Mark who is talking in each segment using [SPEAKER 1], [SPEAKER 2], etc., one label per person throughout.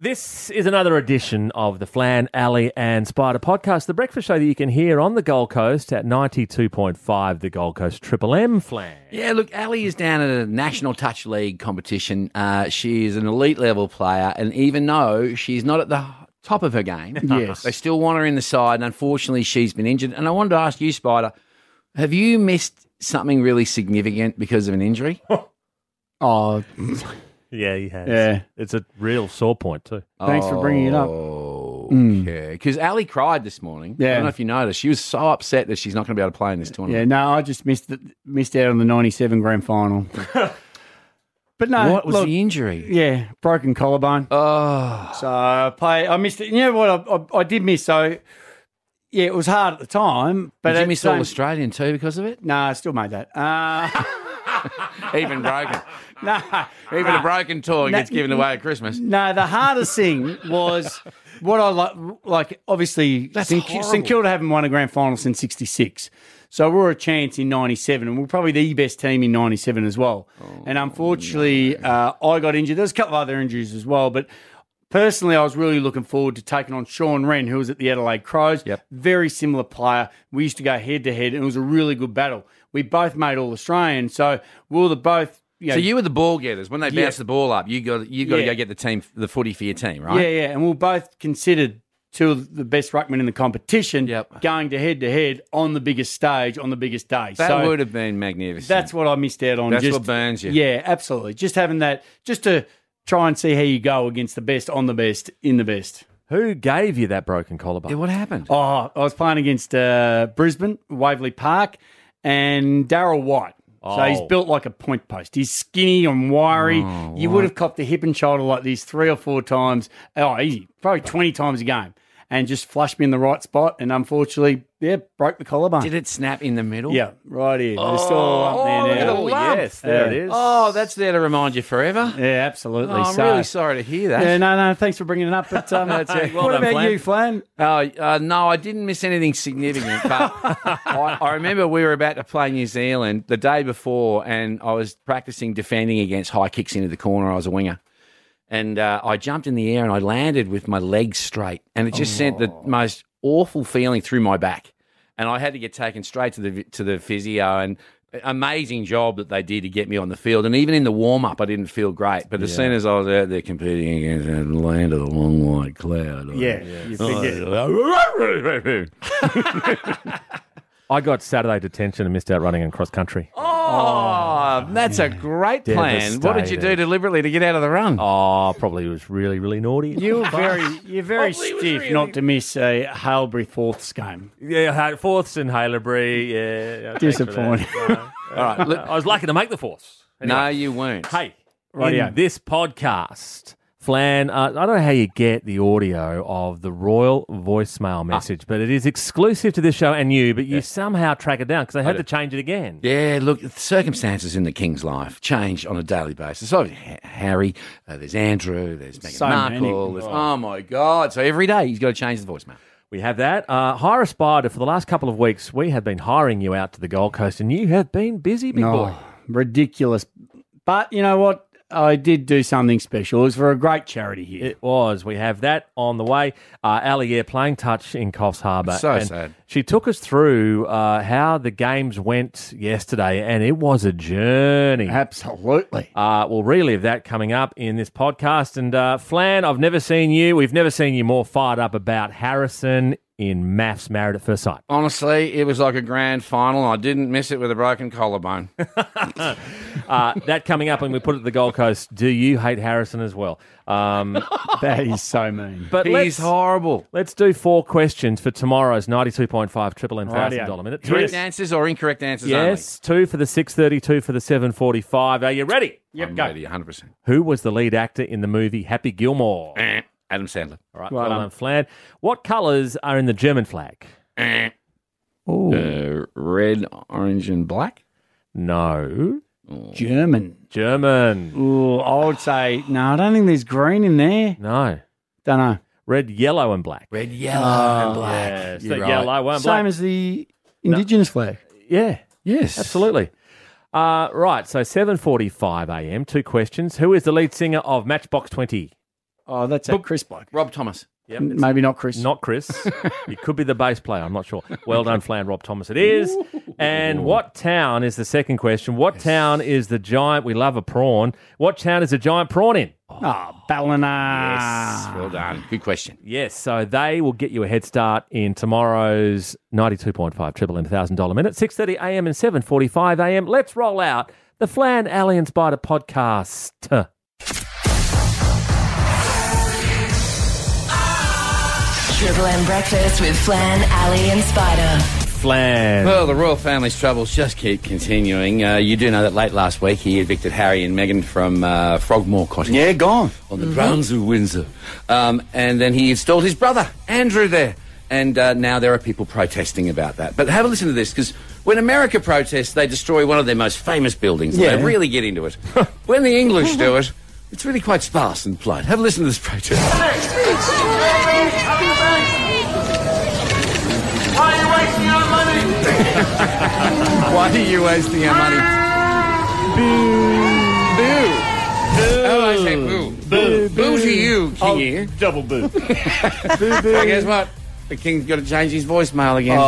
[SPEAKER 1] This is another edition of the Flan, Alley and Spider podcast, the breakfast show that you can hear on the Gold Coast at 92.5, the Gold Coast Triple M Flan.
[SPEAKER 2] Yeah, look, Ali is down at a National Touch League competition. Uh, she is an elite level player, and even though she's not at the top of her game,
[SPEAKER 3] Yes.
[SPEAKER 2] they still want her in the side. And unfortunately, she's been injured. And I wanted to ask you, Spider, have you missed something really significant because of an injury?
[SPEAKER 3] Oh,
[SPEAKER 1] Yeah, he has.
[SPEAKER 3] Yeah.
[SPEAKER 1] It's a real sore point, too.
[SPEAKER 3] thanks for bringing it
[SPEAKER 2] Oh.
[SPEAKER 3] up. Mm.
[SPEAKER 2] Okay, because Ali cried this morning. I
[SPEAKER 3] Yeah.
[SPEAKER 2] don't know if you noticed. She was so upset that she's not going to be able to play in this
[SPEAKER 3] Yeah,
[SPEAKER 2] tournament.
[SPEAKER 3] no, I just missed it, missed out on the '97 grand final. but no,
[SPEAKER 2] What was
[SPEAKER 3] look,
[SPEAKER 2] the injury?
[SPEAKER 3] yeah, broken collarbone.
[SPEAKER 2] Oh,
[SPEAKER 3] So I play, I missed it. You know what? I, I, I did miss. So yeah, it was hard at the time, but
[SPEAKER 2] did
[SPEAKER 3] at
[SPEAKER 2] you
[SPEAKER 3] the
[SPEAKER 2] miss all
[SPEAKER 3] same-
[SPEAKER 2] Australian too because of it?
[SPEAKER 3] No, I still made that. Uh,
[SPEAKER 2] Even broken.
[SPEAKER 3] no,
[SPEAKER 2] Even a broken toy
[SPEAKER 3] Ah. Nah.
[SPEAKER 2] gets given away at Christmas.
[SPEAKER 3] no. The hardest thing was what I like. Like obviously,
[SPEAKER 2] That's
[SPEAKER 3] St.
[SPEAKER 2] horrible.
[SPEAKER 3] St Kilda haven't won a grand final since '66, so we were a chance in '97, and we are probably the best team in '97 as well.
[SPEAKER 2] Oh,
[SPEAKER 3] and unfortunately, uh, I got injured. There's a couple of other injuries as well, but. Personally, I was really looking forward to taking on Sean Wren, who was at the Adelaide Crows.
[SPEAKER 2] Yep.
[SPEAKER 3] Very similar player. We used to go head to head, and it was a really good battle. We both made All Australian, so we were the both. You know,
[SPEAKER 2] So you were the ball getters. When they
[SPEAKER 3] Yeah.
[SPEAKER 2] bounce the ball up, you got you got
[SPEAKER 3] Yeah.
[SPEAKER 2] to go get the team the footy for your team, right?
[SPEAKER 3] Yeah, yeah. And we are both considered two of the best ruckmen in the competition
[SPEAKER 2] Yep.
[SPEAKER 3] going to head to head on the biggest stage on the biggest day.
[SPEAKER 2] That
[SPEAKER 3] so
[SPEAKER 2] would have been magnificent.
[SPEAKER 3] that's what I missed out on.
[SPEAKER 2] That's
[SPEAKER 3] just,
[SPEAKER 2] what burns you.
[SPEAKER 3] Yeah, absolutely. Just having that, just to try and see how you go against the best, on the best, in the best.
[SPEAKER 1] Who gave you that broken
[SPEAKER 2] Yeah,
[SPEAKER 1] collarbone?
[SPEAKER 2] what happened?
[SPEAKER 3] Oh, I was playing against uh, Brisbane, Waverley Park, and Daryl White. So he's
[SPEAKER 1] Oh.
[SPEAKER 3] built like a point post. He's skinny and wiry.
[SPEAKER 2] Oh,
[SPEAKER 3] you would have copped a hip and shoulder like these three or four times. Oh, easy, probably twenty times a game, and just flushed me in the right spot. And unfortunately, yeah, broke the collarbone.
[SPEAKER 2] Did it snap in the middle?
[SPEAKER 3] Yeah, right here. It's all up there
[SPEAKER 2] oh, look
[SPEAKER 3] now.
[SPEAKER 2] at the lump.
[SPEAKER 1] yes, there
[SPEAKER 3] Yeah.
[SPEAKER 1] it is.
[SPEAKER 2] Oh, that's there to remind you forever.
[SPEAKER 3] Yeah, absolutely.
[SPEAKER 2] Oh, I'm
[SPEAKER 3] so,
[SPEAKER 2] really sorry to hear that.
[SPEAKER 3] yeah, no, no. Thanks for bringing it up. But um,
[SPEAKER 2] That's it. Well
[SPEAKER 3] what
[SPEAKER 2] done,
[SPEAKER 3] about
[SPEAKER 2] Flan.
[SPEAKER 3] you, Flan?
[SPEAKER 2] Oh, uh, no, I didn't miss anything significant. But I, I remember we were about to play New Zealand the day before, and I was practicing defending against high kicks into the corner. I was a winger. And uh, I jumped in the air and I landed with my legs straight. And it just sent the most awful feeling through my back. And I had to get taken straight to the to the physio. And uh, amazing job that they did to get me on the field. And even in the warm up, I didn't feel great. But as soon as I was out there competing against that land of the long white cloud, I-
[SPEAKER 3] Yeah, you forget.
[SPEAKER 2] Oh,
[SPEAKER 1] I got Saturday detention and missed out running in cross country.
[SPEAKER 3] Oh.
[SPEAKER 2] Oh, that's a great plan. What did you do
[SPEAKER 1] Devastated.
[SPEAKER 2] deliberately to get out of the run?
[SPEAKER 1] Oh, probably was really, really naughty.
[SPEAKER 3] You were very, you're very
[SPEAKER 2] Probably
[SPEAKER 3] stiff
[SPEAKER 2] was really-
[SPEAKER 3] not to miss a Halebury fourths game.
[SPEAKER 1] Yeah, had fourths in Halebury. Yeah, yeah, thanks for that.
[SPEAKER 3] Disappointing.
[SPEAKER 2] All right. Look,
[SPEAKER 1] I was lucky to make the fourths.
[SPEAKER 2] no, you weren't.
[SPEAKER 1] Hey,
[SPEAKER 3] Rightio.
[SPEAKER 1] in this podcast, Flan, uh, I don't know how you get the audio of the royal
[SPEAKER 2] Ah.
[SPEAKER 1] voicemail message, but it is exclusive to this show and you, but you somehow track it down because they had to change it again.
[SPEAKER 2] Yeah, look, the circumstances in the king's life change on a daily basis. So Ha- Harry, uh, there's Andrew, there's Meghan
[SPEAKER 3] So many.
[SPEAKER 2] Markle. There's, oh my God! So every day he's got to change the voicemail.
[SPEAKER 1] We have that. Uh, hire a spider. For the last couple of weeks, we have been hiring you out to the Gold Coast and you have been busy, big boy.
[SPEAKER 3] Oh, ridiculous. But you know what? I did do something special. It was for a great charity here.
[SPEAKER 1] It was. We have that on the way. Uh, Ali Air playing touch in Coffs Harbour.
[SPEAKER 2] So
[SPEAKER 1] And
[SPEAKER 2] sad.
[SPEAKER 1] She took us through uh, how the games went yesterday, and it was a journey.
[SPEAKER 3] Absolutely.
[SPEAKER 1] Uh, we'll relive that coming up in this podcast. And uh, Flan, I've never seen you. We've never seen you more fired up about Harrison in Maths Married at First Sight.
[SPEAKER 2] Honestly, it was like a grand final. I didn't miss it with a broken collarbone.
[SPEAKER 1] Uh, that coming up, and we put it to the Gold Coast. Do you hate Harrison as well? Um,
[SPEAKER 3] that is so mean.
[SPEAKER 1] but
[SPEAKER 2] he's
[SPEAKER 1] let's,
[SPEAKER 2] horrible.
[SPEAKER 1] let's do four questions for tomorrow's ninety-two point five triple M thousand dollar
[SPEAKER 3] Rightio.
[SPEAKER 1] minute. Three-
[SPEAKER 2] Correct answers or incorrect answers
[SPEAKER 1] Yes, two for the six thirty, two for the seven forty-five. Are you ready?
[SPEAKER 2] only.
[SPEAKER 3] Yep,
[SPEAKER 2] I'm
[SPEAKER 3] go.
[SPEAKER 2] ready, 100%.
[SPEAKER 1] Who was the lead actor in the movie Happy Gilmore? All
[SPEAKER 2] Eh, Adam Sandler.
[SPEAKER 1] right, well done, Flan. What colours are in the German flag?
[SPEAKER 2] Eh.
[SPEAKER 3] Ooh,
[SPEAKER 2] Uh, red, orange, and black.
[SPEAKER 1] No,
[SPEAKER 3] German.
[SPEAKER 1] German.
[SPEAKER 3] Ooh, I would say no. I don't think there's green in there.
[SPEAKER 1] No.
[SPEAKER 3] Don't know.
[SPEAKER 1] Red, yellow, and black.
[SPEAKER 2] Red, yellow, and black.
[SPEAKER 1] Yes,
[SPEAKER 2] You're
[SPEAKER 1] the
[SPEAKER 2] right.
[SPEAKER 1] yellow and
[SPEAKER 3] Same
[SPEAKER 1] black.
[SPEAKER 3] as the indigenous flag.
[SPEAKER 1] yeah,
[SPEAKER 2] Yes,
[SPEAKER 1] absolutely. Uh, right, so 7.45 a.m., two questions. Who is the lead singer of Matchbox 20?
[SPEAKER 3] Oh, that's a Chris bloke.
[SPEAKER 2] Rob Thomas.
[SPEAKER 1] Yep. it's
[SPEAKER 3] Maybe not Chris.
[SPEAKER 1] Not Chris. it could be the bass player. I'm not sure. Well done, Flan. Rob Thomas. It is. And what town is the second question? What town is the giant? We love a prawn. What town is the giant prawn in?
[SPEAKER 3] Ah, Ballina.
[SPEAKER 2] Well done. Good question.
[SPEAKER 1] Yes, so they will get you a head start in tomorrow's 92.5 Triple M $1,000 minute, 6.30 a.m. and 7.45 a.m. Let's roll out the Flan, Alley and Spider podcast.
[SPEAKER 4] Triple M breakfast with Flan, Ali, and Spider.
[SPEAKER 1] Flan.
[SPEAKER 2] Well, the royal family's troubles just keep continuing. Uh, you do know that late last week he evicted Harry and Meghan from uh, Frogmore Cottage.
[SPEAKER 3] Yeah, gone.
[SPEAKER 2] on the grounds of Windsor. Um, and then he installed his brother, Andrew, there. And uh, now there are people protesting about that. But have a listen to this, because when America protests, they destroy one of their most famous buildings. Yeah. They
[SPEAKER 3] Yeah.
[SPEAKER 2] really get into it. when the English do it, it's really quite sparse and polite. Have a listen to this protest.
[SPEAKER 5] Why are you wasting our money?
[SPEAKER 2] Why are you wasting our money? Boo. Boo. Oh, I say boo. Boo. Boo, to you, Kingy.
[SPEAKER 3] Double boo.
[SPEAKER 2] But guess what? The king's got to change his voicemail again.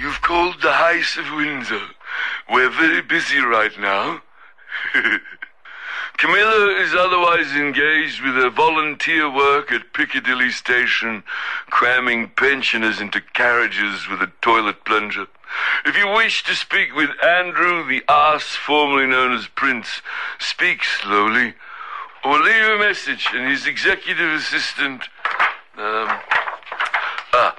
[SPEAKER 6] You've called the House of Windsor. We're very busy right now. Camilla is otherwise engaged with her volunteer work at Piccadilly Station, cramming pensioners into carriages with a toilet plunger. If you wish to speak with Andrew, the ass formerly known as Prince, speak slowly, or leave a message and his executive assistant, um, Ah,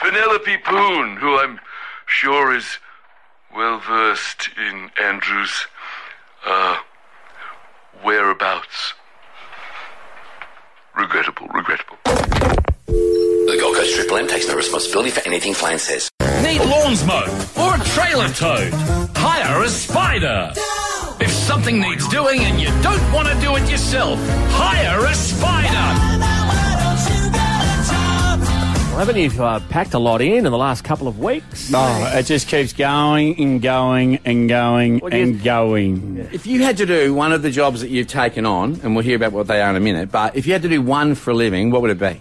[SPEAKER 6] Penelope Poon, who I'm sure is well versed in Andrew's uh, whereabouts. Regrettable, regrettable.
[SPEAKER 7] The Gold Coast Triple M takes no responsibility for anything Flan says.
[SPEAKER 8] Need lawns mowed or a trailer towed? Hire a spider. If something needs doing and you don't want to do it yourself, hire a spider.
[SPEAKER 1] Well, haven't you uh, packed a lot in in the last couple of weeks?
[SPEAKER 3] Oh, it just keeps going and going and going
[SPEAKER 1] yes.
[SPEAKER 3] and going.
[SPEAKER 2] If you had to do one of the jobs that you've taken on, and we'll hear about what they are in a minute, but if you had to do one for a living, what would it be?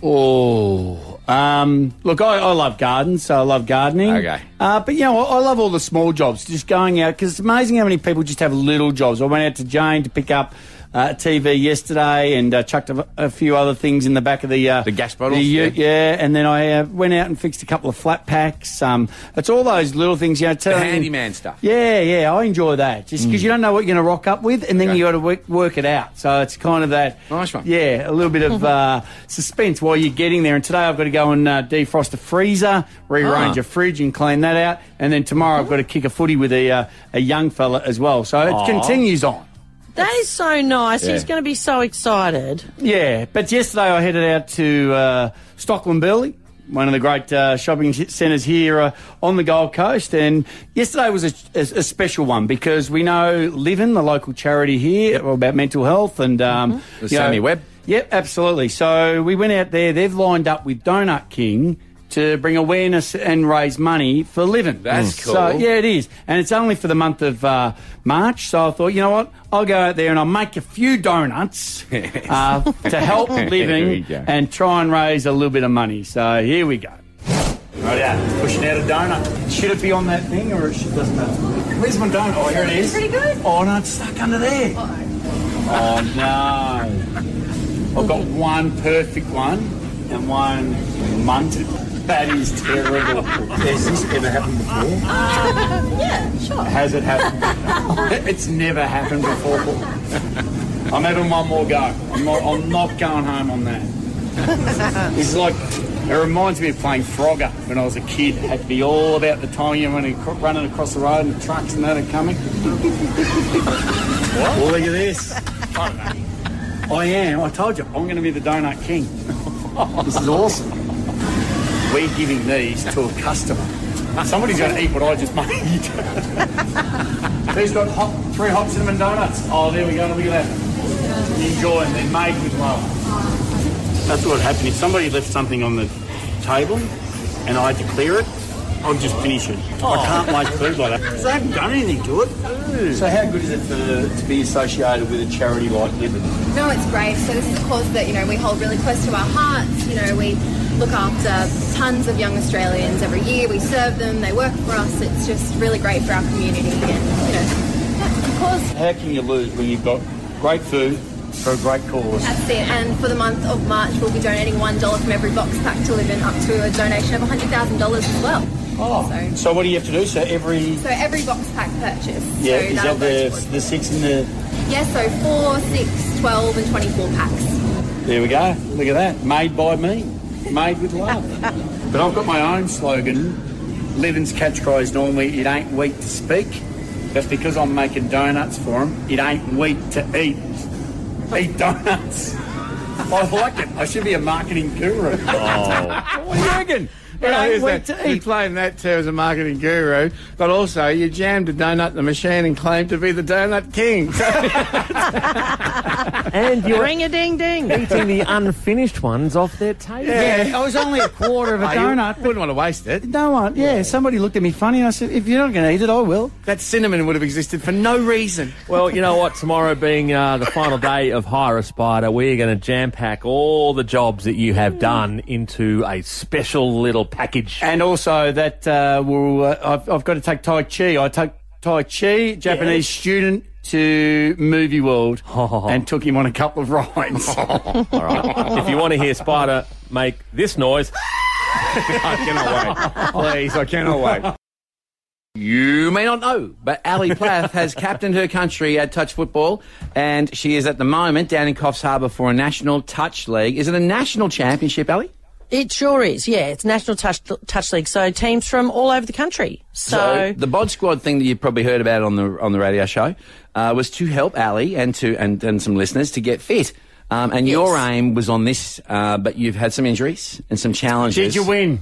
[SPEAKER 3] Oh, um, look, I, I love gardens, so I love gardening.
[SPEAKER 2] Okay.
[SPEAKER 3] Uh, but, you know, I, I love all the small jobs, just going out, because it's amazing how many people just have little jobs. I went out to Jane to pick up uh, a TV yesterday and uh, chucked a, a few other things in the back of the... Uh,
[SPEAKER 2] The gas bottles,
[SPEAKER 3] the
[SPEAKER 2] yeah.
[SPEAKER 3] ute, yeah. and then I uh, went out and fixed a couple of flat packs. Um, it's all those little things, you know.
[SPEAKER 2] The
[SPEAKER 3] Telling,
[SPEAKER 2] handyman stuff. Hmm.
[SPEAKER 3] Yeah, yeah, I enjoy that. Just because you don't know what you're going to rock up with, and then
[SPEAKER 2] Okay.
[SPEAKER 3] you got to work, work it out. So it's kind of that.
[SPEAKER 2] Nice one.
[SPEAKER 3] Yeah, a little bit
[SPEAKER 2] Mm-hmm.
[SPEAKER 3] of uh, suspense while you're getting there. And today I've got to go and uh, defrost a freezer, rearrange
[SPEAKER 2] Ah.
[SPEAKER 3] a fridge, and clean that out. And then tomorrow I've got to kick a footy with a uh, a young fella as well. So it continues on.
[SPEAKER 9] That is so nice. He's
[SPEAKER 2] Yeah.
[SPEAKER 9] going to be so excited.
[SPEAKER 3] Yeah, but yesterday I headed out to uh, Stockland Burley, one of the great uh, shopping c- centres here uh, on the Gold Coast. And yesterday was a, a- a special one because we know Livin, the local charity here, about mental health and um,
[SPEAKER 2] Mm-hmm. With
[SPEAKER 3] you know-
[SPEAKER 2] Sammy Webb.
[SPEAKER 3] Yep, absolutely. So we went out there. They've lined up with Donut King to bring awareness and raise money for Livin.
[SPEAKER 2] That's
[SPEAKER 3] So,
[SPEAKER 2] cool.
[SPEAKER 3] yeah, it is. And it's only for the month of uh, March. So I thought, you know what? I'll go out there and I'll make a few donuts uh, to help
[SPEAKER 2] There you
[SPEAKER 3] living
[SPEAKER 2] go.
[SPEAKER 3] and try and raise a little bit of money. So here we go. Right out, pushing out a donut. Should it be on that thing or it should, doesn't matter? Where's my donut? Oh, here it is. Pretty good. Oh, no, it's stuck under there. Oh, no. I've got one perfect one and one munted. That is terrible. Has this ever happened before?
[SPEAKER 9] Yeah, sure.
[SPEAKER 3] Has it happened? it's never happened before. I'm having one more go. I'm not, I'm not going home on that. It's like, it reminds me of playing Frogger when I was a kid. It had to be all about the time you went ac- running across the road and the trucks and that are coming. Well, look at this. I am. I told you, I'm going to be the donut king. This is awesome. We're giving these to a customer. Somebody's going to eat what I just made. Who's got hop, three hot cinnamon donuts? Oh, there we go. Look at that. Enjoy them. They're made with love. That's what happened. If somebody left something on the table and I had to clear it,
[SPEAKER 10] I'll just finish it. I can't waste food like that. Mm. They Oh. haven't done anything to it. So how good is it for, to be associated with a charity like Liberty?
[SPEAKER 11] No, it's great. So this is a cause that you know we hold really close to our hearts. You know we look after tons of young Australians every year. We serve them. They work for us. It's just really great for our community. And you know, yeah, of course,
[SPEAKER 10] How can you lose when you've got great food for a great cause?
[SPEAKER 11] that's it. And for the month of March, we'll be donating one dollar from every box pack to live in, up to a donation of hundred thousand dollars as well.
[SPEAKER 10] Oh, so what do you have to do? So every
[SPEAKER 11] So every box pack purchase.
[SPEAKER 10] yeah,
[SPEAKER 11] so
[SPEAKER 10] is
[SPEAKER 11] that'll
[SPEAKER 10] that
[SPEAKER 11] go
[SPEAKER 10] the the six in the?
[SPEAKER 11] Yeah, so four, six, 12, and 24 packs.
[SPEAKER 10] There we go. Look at that, made by me, made with love. but I've got my own slogan. Levin's catch cry is normally "It ain't weak to speak," but because I'm making donuts for them, it ain't weak to eat. Eat donuts. I like it. I should be a marketing guru.
[SPEAKER 2] What do you reckon?
[SPEAKER 10] Yeah,
[SPEAKER 2] he's
[SPEAKER 10] went
[SPEAKER 2] that- He claimed that too as a marketing guru, but also you jammed a donut in the machine and claimed to be the donut king.
[SPEAKER 1] And you're
[SPEAKER 9] Ring a ding ding.
[SPEAKER 1] eating the unfinished ones off their table.
[SPEAKER 3] Yeah, I was only a quarter of a donut.
[SPEAKER 2] Wouldn't want to waste it.
[SPEAKER 3] No one. Yeah, somebody looked at me funny, and I said, "If you're not going to eat it, I will."
[SPEAKER 2] That cinnamon would have existed for no reason.
[SPEAKER 1] Well, you know what? Tomorrow being uh, the final day of Hire a Spider, we're going to jam pack all the jobs that you have done into a special little package.
[SPEAKER 3] And also that uh, will uh, I've, I've got to take Tai Chi. I took Tai Chi, Japanese student, to Movie World, and took him on a couple of rides.
[SPEAKER 1] All right. if you want to hear Spider make this noise, I cannot wait. Please, I cannot wait.
[SPEAKER 2] You may not know, but Ali Plath has captained her country at touch football, and she is at the moment down in Coffs Harbour for a national touch league. Is it a national championship, Ali?
[SPEAKER 9] It sure is. Yeah, it's National Touch, Touch League. So teams from all over the country. So,
[SPEAKER 2] the bod squad thing that you probably heard about on the on the radio show uh, was to help Ali and to and, and some listeners to get fit. Um, and your aim was on this, uh, but you've had some injuries and some challenges.
[SPEAKER 3] Did you win?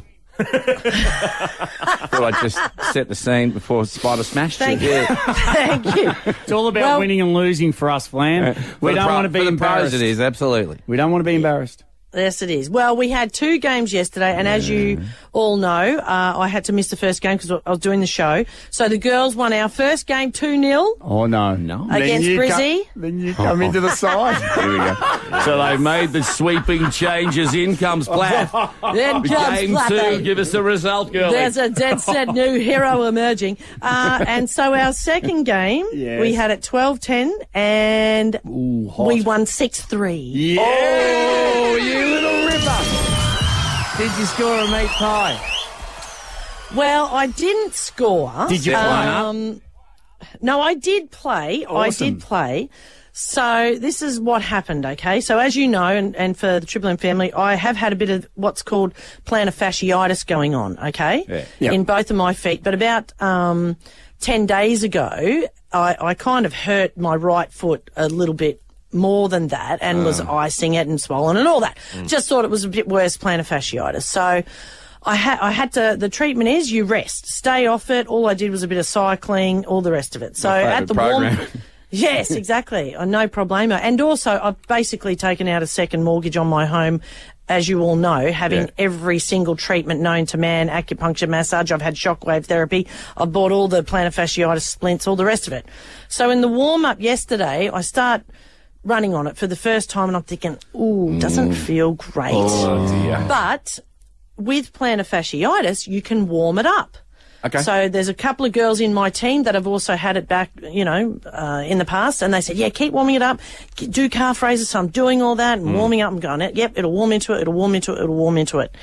[SPEAKER 2] I thought I'd just set the scene before Spider smashed
[SPEAKER 9] Thank
[SPEAKER 2] you.
[SPEAKER 9] you. thank you.
[SPEAKER 3] It's all about
[SPEAKER 9] Well-
[SPEAKER 3] winning and losing Uh, for us, Flan. We don't want to be
[SPEAKER 2] for the pros
[SPEAKER 3] embarrassed.
[SPEAKER 2] it is absolutely.
[SPEAKER 3] We don't want to be embarrassed.
[SPEAKER 9] Yes, it is. Well, we had two games yesterday, and as you all know, uh, I had to miss the first game because I was doing the show. So the girls won our first game 2 0
[SPEAKER 3] Oh no,
[SPEAKER 2] No.
[SPEAKER 9] against Brizzy.
[SPEAKER 3] Then you come into the side. Here we go.
[SPEAKER 8] So they made the sweeping changes. In comes Plath.
[SPEAKER 2] Oh,
[SPEAKER 9] Then comes
[SPEAKER 8] Game two,
[SPEAKER 9] Flappy.
[SPEAKER 8] give us the result, girl.
[SPEAKER 9] There's a dead set new hero emerging. Uh, and so our second game,
[SPEAKER 3] Yes.
[SPEAKER 9] we had at 12 10, and we won 6 3.
[SPEAKER 2] Oh, you little ripper! Did you score a meat pie?
[SPEAKER 9] Well, I didn't score.
[SPEAKER 3] Did you play?
[SPEAKER 9] Um, no, I did play. I
[SPEAKER 3] Awesome.
[SPEAKER 9] did play. So this is what happened, okay? So as you know, and, and for the Triple M family, I have had a bit of what's called plantar fasciitis going on, okay?
[SPEAKER 3] Yep.
[SPEAKER 9] In both of my feet. But about um, 10 days ago, I, I kind of hurt my right foot a little bit more than that and was icing it and swollen and all that. Just thought it was a bit worse plantar fasciitis. So I had I had to the treatment is you rest, stay off it. All I did was a bit of cycling, all the rest of it. So at the
[SPEAKER 2] favourite
[SPEAKER 9] warm
[SPEAKER 2] program.
[SPEAKER 9] Yes, exactly. Uh, no problemo. And also I've basically taken out a second mortgage on my home as you all know, having every single treatment known to man, acupuncture, massage, I've had shockwave therapy, I've bought all the plantar fasciitis splints, all the rest of it. So in the warm up yesterday, I start running on it for the first time and I'm thinking, ooh, doesn't feel great. But with plantar fasciitis, you can warm it up.
[SPEAKER 2] Okay.
[SPEAKER 9] So there's a couple of girls in my team that have also had it back, you know, uh, in the past, and they said, "Yeah, keep warming it up, K- do calf raises." So I'm doing all that and warming up and going, "Yep, it'll warm into it, it'll warm into it, it'll warm into it."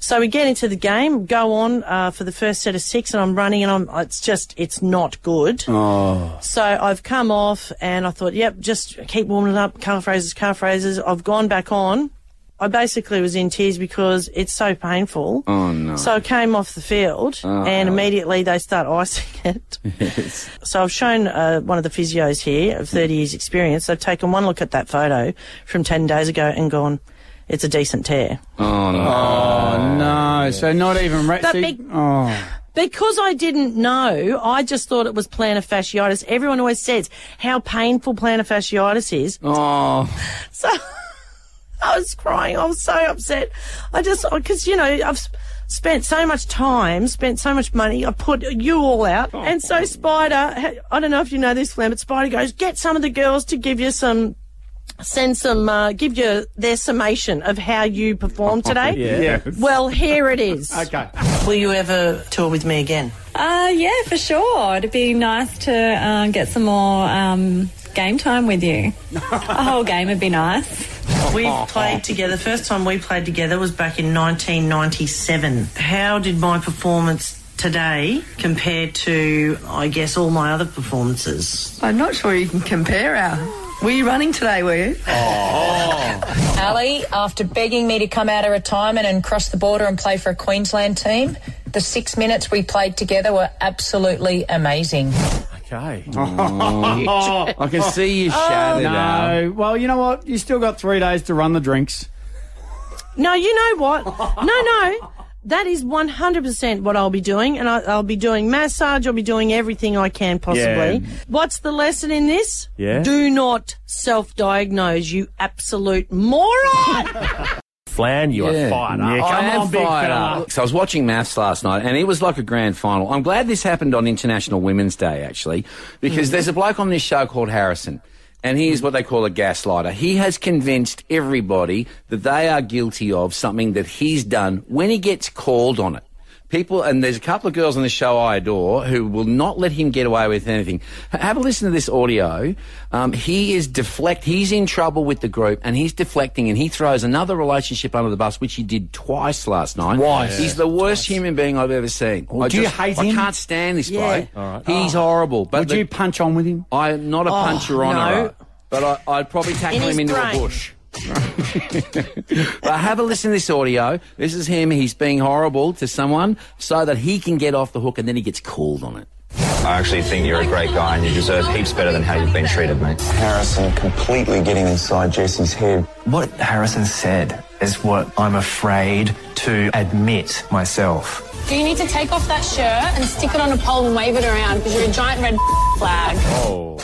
[SPEAKER 9] So we get into the game, go on uh, for the first set of six, and I'm running, and I'm it's just it's not good. So I've come off and I thought, yep, just keep warming it up, calf raises, calf raises. I've gone back on. I basically was in tears because it's so painful. Oh no. Oh, So I came off the field and immediately they start icing it. So I've shown uh, one of the physios here of 30 years experience. They've taken one look at that photo from 10 days ago and gone, it's a decent tear.
[SPEAKER 3] No, so not even. Ra-
[SPEAKER 9] But
[SPEAKER 3] see-
[SPEAKER 9] big-
[SPEAKER 3] oh,
[SPEAKER 9] Because I didn't know, I just thought it was plantar fasciitis. Everyone always says how painful plantar fasciitis is.
[SPEAKER 2] Oh,
[SPEAKER 9] So I was was crying. I was so upset. I just, because, you know, I've s- spent so much time, spent so much money. I put you all out. And so Spider, ha- I don't know if you know this, Flan, but Spider goes, get some of the girls to give you some. Send some, uh, give you their summation of how you performed today.
[SPEAKER 12] Yeah. Yes.
[SPEAKER 9] Well, here it is.
[SPEAKER 12] Okay.
[SPEAKER 9] Will you ever tour with me again?
[SPEAKER 12] Uh, yeah, for sure. It'd be nice to uh, get some more um, game time with you. A whole game would be nice.
[SPEAKER 9] We played together. The first time we played together was back in 1997. How did my performance today compare to, I guess, all my other performances?
[SPEAKER 13] I'm not sure you can compare our. Were you running today, were you?
[SPEAKER 14] Ali, after begging me to come out of retirement and cross the border and play for a Queensland team, the six minutes we played together were absolutely amazing.
[SPEAKER 1] Okay.
[SPEAKER 2] I can see you
[SPEAKER 9] Oh,
[SPEAKER 2] shattered. Al.
[SPEAKER 3] No. Well, you know what? You still got three days to run the drinks.
[SPEAKER 9] No, you know what? No, no. That is 100% what I'll be doing, and I, I'll be doing massage, I'll be doing everything I can possibly.
[SPEAKER 1] Yeah.
[SPEAKER 9] What's the lesson in this?
[SPEAKER 1] Yeah.
[SPEAKER 9] Do not self diagnose, you absolute moron!
[SPEAKER 1] Flan, you are fired up.
[SPEAKER 2] I am fired up. So I was watching maths last night, and it was like a grand final. I'm glad this happened on International Women's Day, actually, because
[SPEAKER 9] Hmm.
[SPEAKER 15] Mm.
[SPEAKER 2] there's a bloke on this show called Harrison, and he is what they call a gaslighter. He has convinced everybody that they are guilty of something that he's done when he gets called on it. People, and there's a couple of girls on the show I adore who will not let him get away with anything. H- Have a listen to this audio. Um, he is deflect. He's in trouble with the group, and he's deflecting, and he throws another relationship under the bus, which he did twice last night.
[SPEAKER 3] Twice. Oh,
[SPEAKER 2] He's the worst human being I've ever seen. I
[SPEAKER 3] do you
[SPEAKER 2] just-
[SPEAKER 3] hate
[SPEAKER 2] I
[SPEAKER 3] him?
[SPEAKER 2] can't stand this
[SPEAKER 3] Yeah.
[SPEAKER 2] bloke.
[SPEAKER 3] All right. Oh.
[SPEAKER 2] He's horrible. But
[SPEAKER 3] Would you punch on with him?
[SPEAKER 2] I'm not a
[SPEAKER 3] Oh,
[SPEAKER 2] puncher on
[SPEAKER 3] no.
[SPEAKER 2] but I, I'd probably tackle
[SPEAKER 3] In his
[SPEAKER 2] him into
[SPEAKER 3] brain.
[SPEAKER 2] a bush. but have a listen to this audio. This is him. He's being horrible to someone so that he can get off the hook, and then he gets called on it.
[SPEAKER 16] I actually think you're a great guy and you deserve heaps better than how you've been treated, mate. Harrison completely getting inside Jesse's head. What Harrison said is what I'm afraid to admit myself.
[SPEAKER 17] Do you need to take off that shirt and stick it on a pole and wave it around because you're a giant red flag?
[SPEAKER 3] Oh.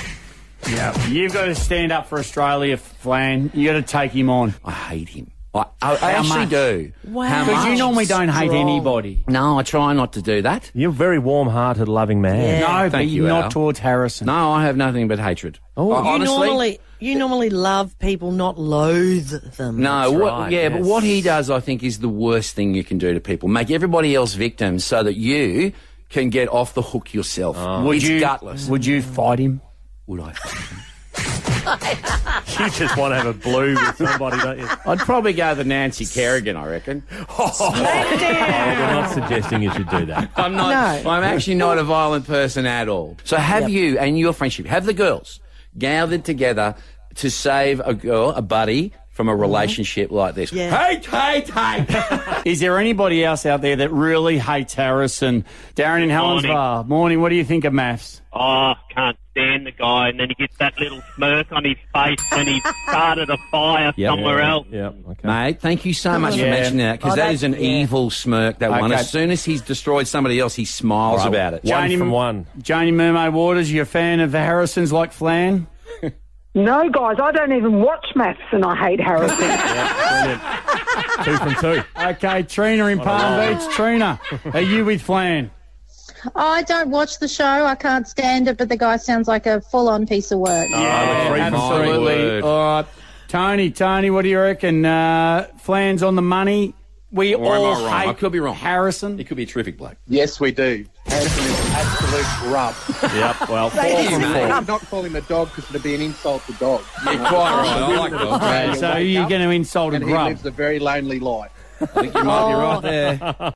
[SPEAKER 3] Yeah. You've got to stand up for Australia, Flan. you got to take him on.
[SPEAKER 2] I hate him. I, I, I actually do.
[SPEAKER 3] Wow.
[SPEAKER 2] How
[SPEAKER 3] Because you
[SPEAKER 2] much?
[SPEAKER 3] normally don't hate
[SPEAKER 2] Strong.
[SPEAKER 3] anybody.
[SPEAKER 2] No, I try not to do that.
[SPEAKER 1] You're a very warm-hearted, loving man.
[SPEAKER 3] No, but
[SPEAKER 2] Thank you,
[SPEAKER 3] not
[SPEAKER 2] Al.
[SPEAKER 3] towards Harrison.
[SPEAKER 2] No, I have nothing but hatred. Oh,
[SPEAKER 9] you normally, you normally love people, not loathe them.
[SPEAKER 2] No, what, yeah, but what he does, I think, is the worst thing you can do to people. Make everybody else victims so that you can get off the hook yourself.
[SPEAKER 3] Ah. Would
[SPEAKER 2] it's
[SPEAKER 3] you-
[SPEAKER 2] gutless.
[SPEAKER 3] Would you fight him?
[SPEAKER 2] Would I?
[SPEAKER 1] You just want to have a blue with somebody, don't you?
[SPEAKER 2] I'd probably go the Nancy Kerrigan, I reckon.
[SPEAKER 1] We're not suggesting you should do that.
[SPEAKER 2] I'm not. I'm actually not a violent person at all. So have you and your friendship, have the girls gathered together to save a girl, a buddy, from a relationship like this? Hate, hate, hate.
[SPEAKER 3] Is there anybody else out there that really hates Harrison? Darren in
[SPEAKER 18] Morning.
[SPEAKER 3] Helensville. Morning. What do you think of maths?
[SPEAKER 18] Oh, can't stand the guy. And then he gets that little smirk on his face and he started a fire somewhere else.
[SPEAKER 1] Yeah.
[SPEAKER 2] Mate, thank you so much for
[SPEAKER 18] Yeah.
[SPEAKER 2] mentioning that because
[SPEAKER 18] Oh,
[SPEAKER 2] that
[SPEAKER 18] that-
[SPEAKER 2] is an evil smirk. That one.
[SPEAKER 3] Okay.
[SPEAKER 2] As soon as he's destroyed somebody else, he smiles about it.
[SPEAKER 3] Janie Mermaid Waters, you a fan of Harrison's like Flan?
[SPEAKER 19] No, guys, I don't even watch maths and I hate Harrison.
[SPEAKER 1] two from two.
[SPEAKER 3] Okay, Trina in Palm Beach. Trina, are you with Flan?
[SPEAKER 20] I don't watch the show. Oh, I can't stand it, but the guy sounds like a full-on piece of work.
[SPEAKER 3] absolutely. Oh. All right. Tony, Tony, what do you reckon? Uh, Flan's on the money. We
[SPEAKER 2] Or am I
[SPEAKER 3] all
[SPEAKER 2] wrong?
[SPEAKER 3] hate
[SPEAKER 2] I could be wrong.
[SPEAKER 3] Harrison.
[SPEAKER 2] He could be a terrific bloke.
[SPEAKER 10] Yes, we do. Harrison is absolute grub.
[SPEAKER 1] Yep. Well,
[SPEAKER 10] Thank you, mate. I'm
[SPEAKER 3] You're
[SPEAKER 10] not calling the dog because it'd be an insult to dog.
[SPEAKER 2] You're quite right. I like dogs.
[SPEAKER 3] So you're going to insult a
[SPEAKER 10] And he
[SPEAKER 3] grub.
[SPEAKER 10] lives a very lonely life.
[SPEAKER 2] I think you might be right there.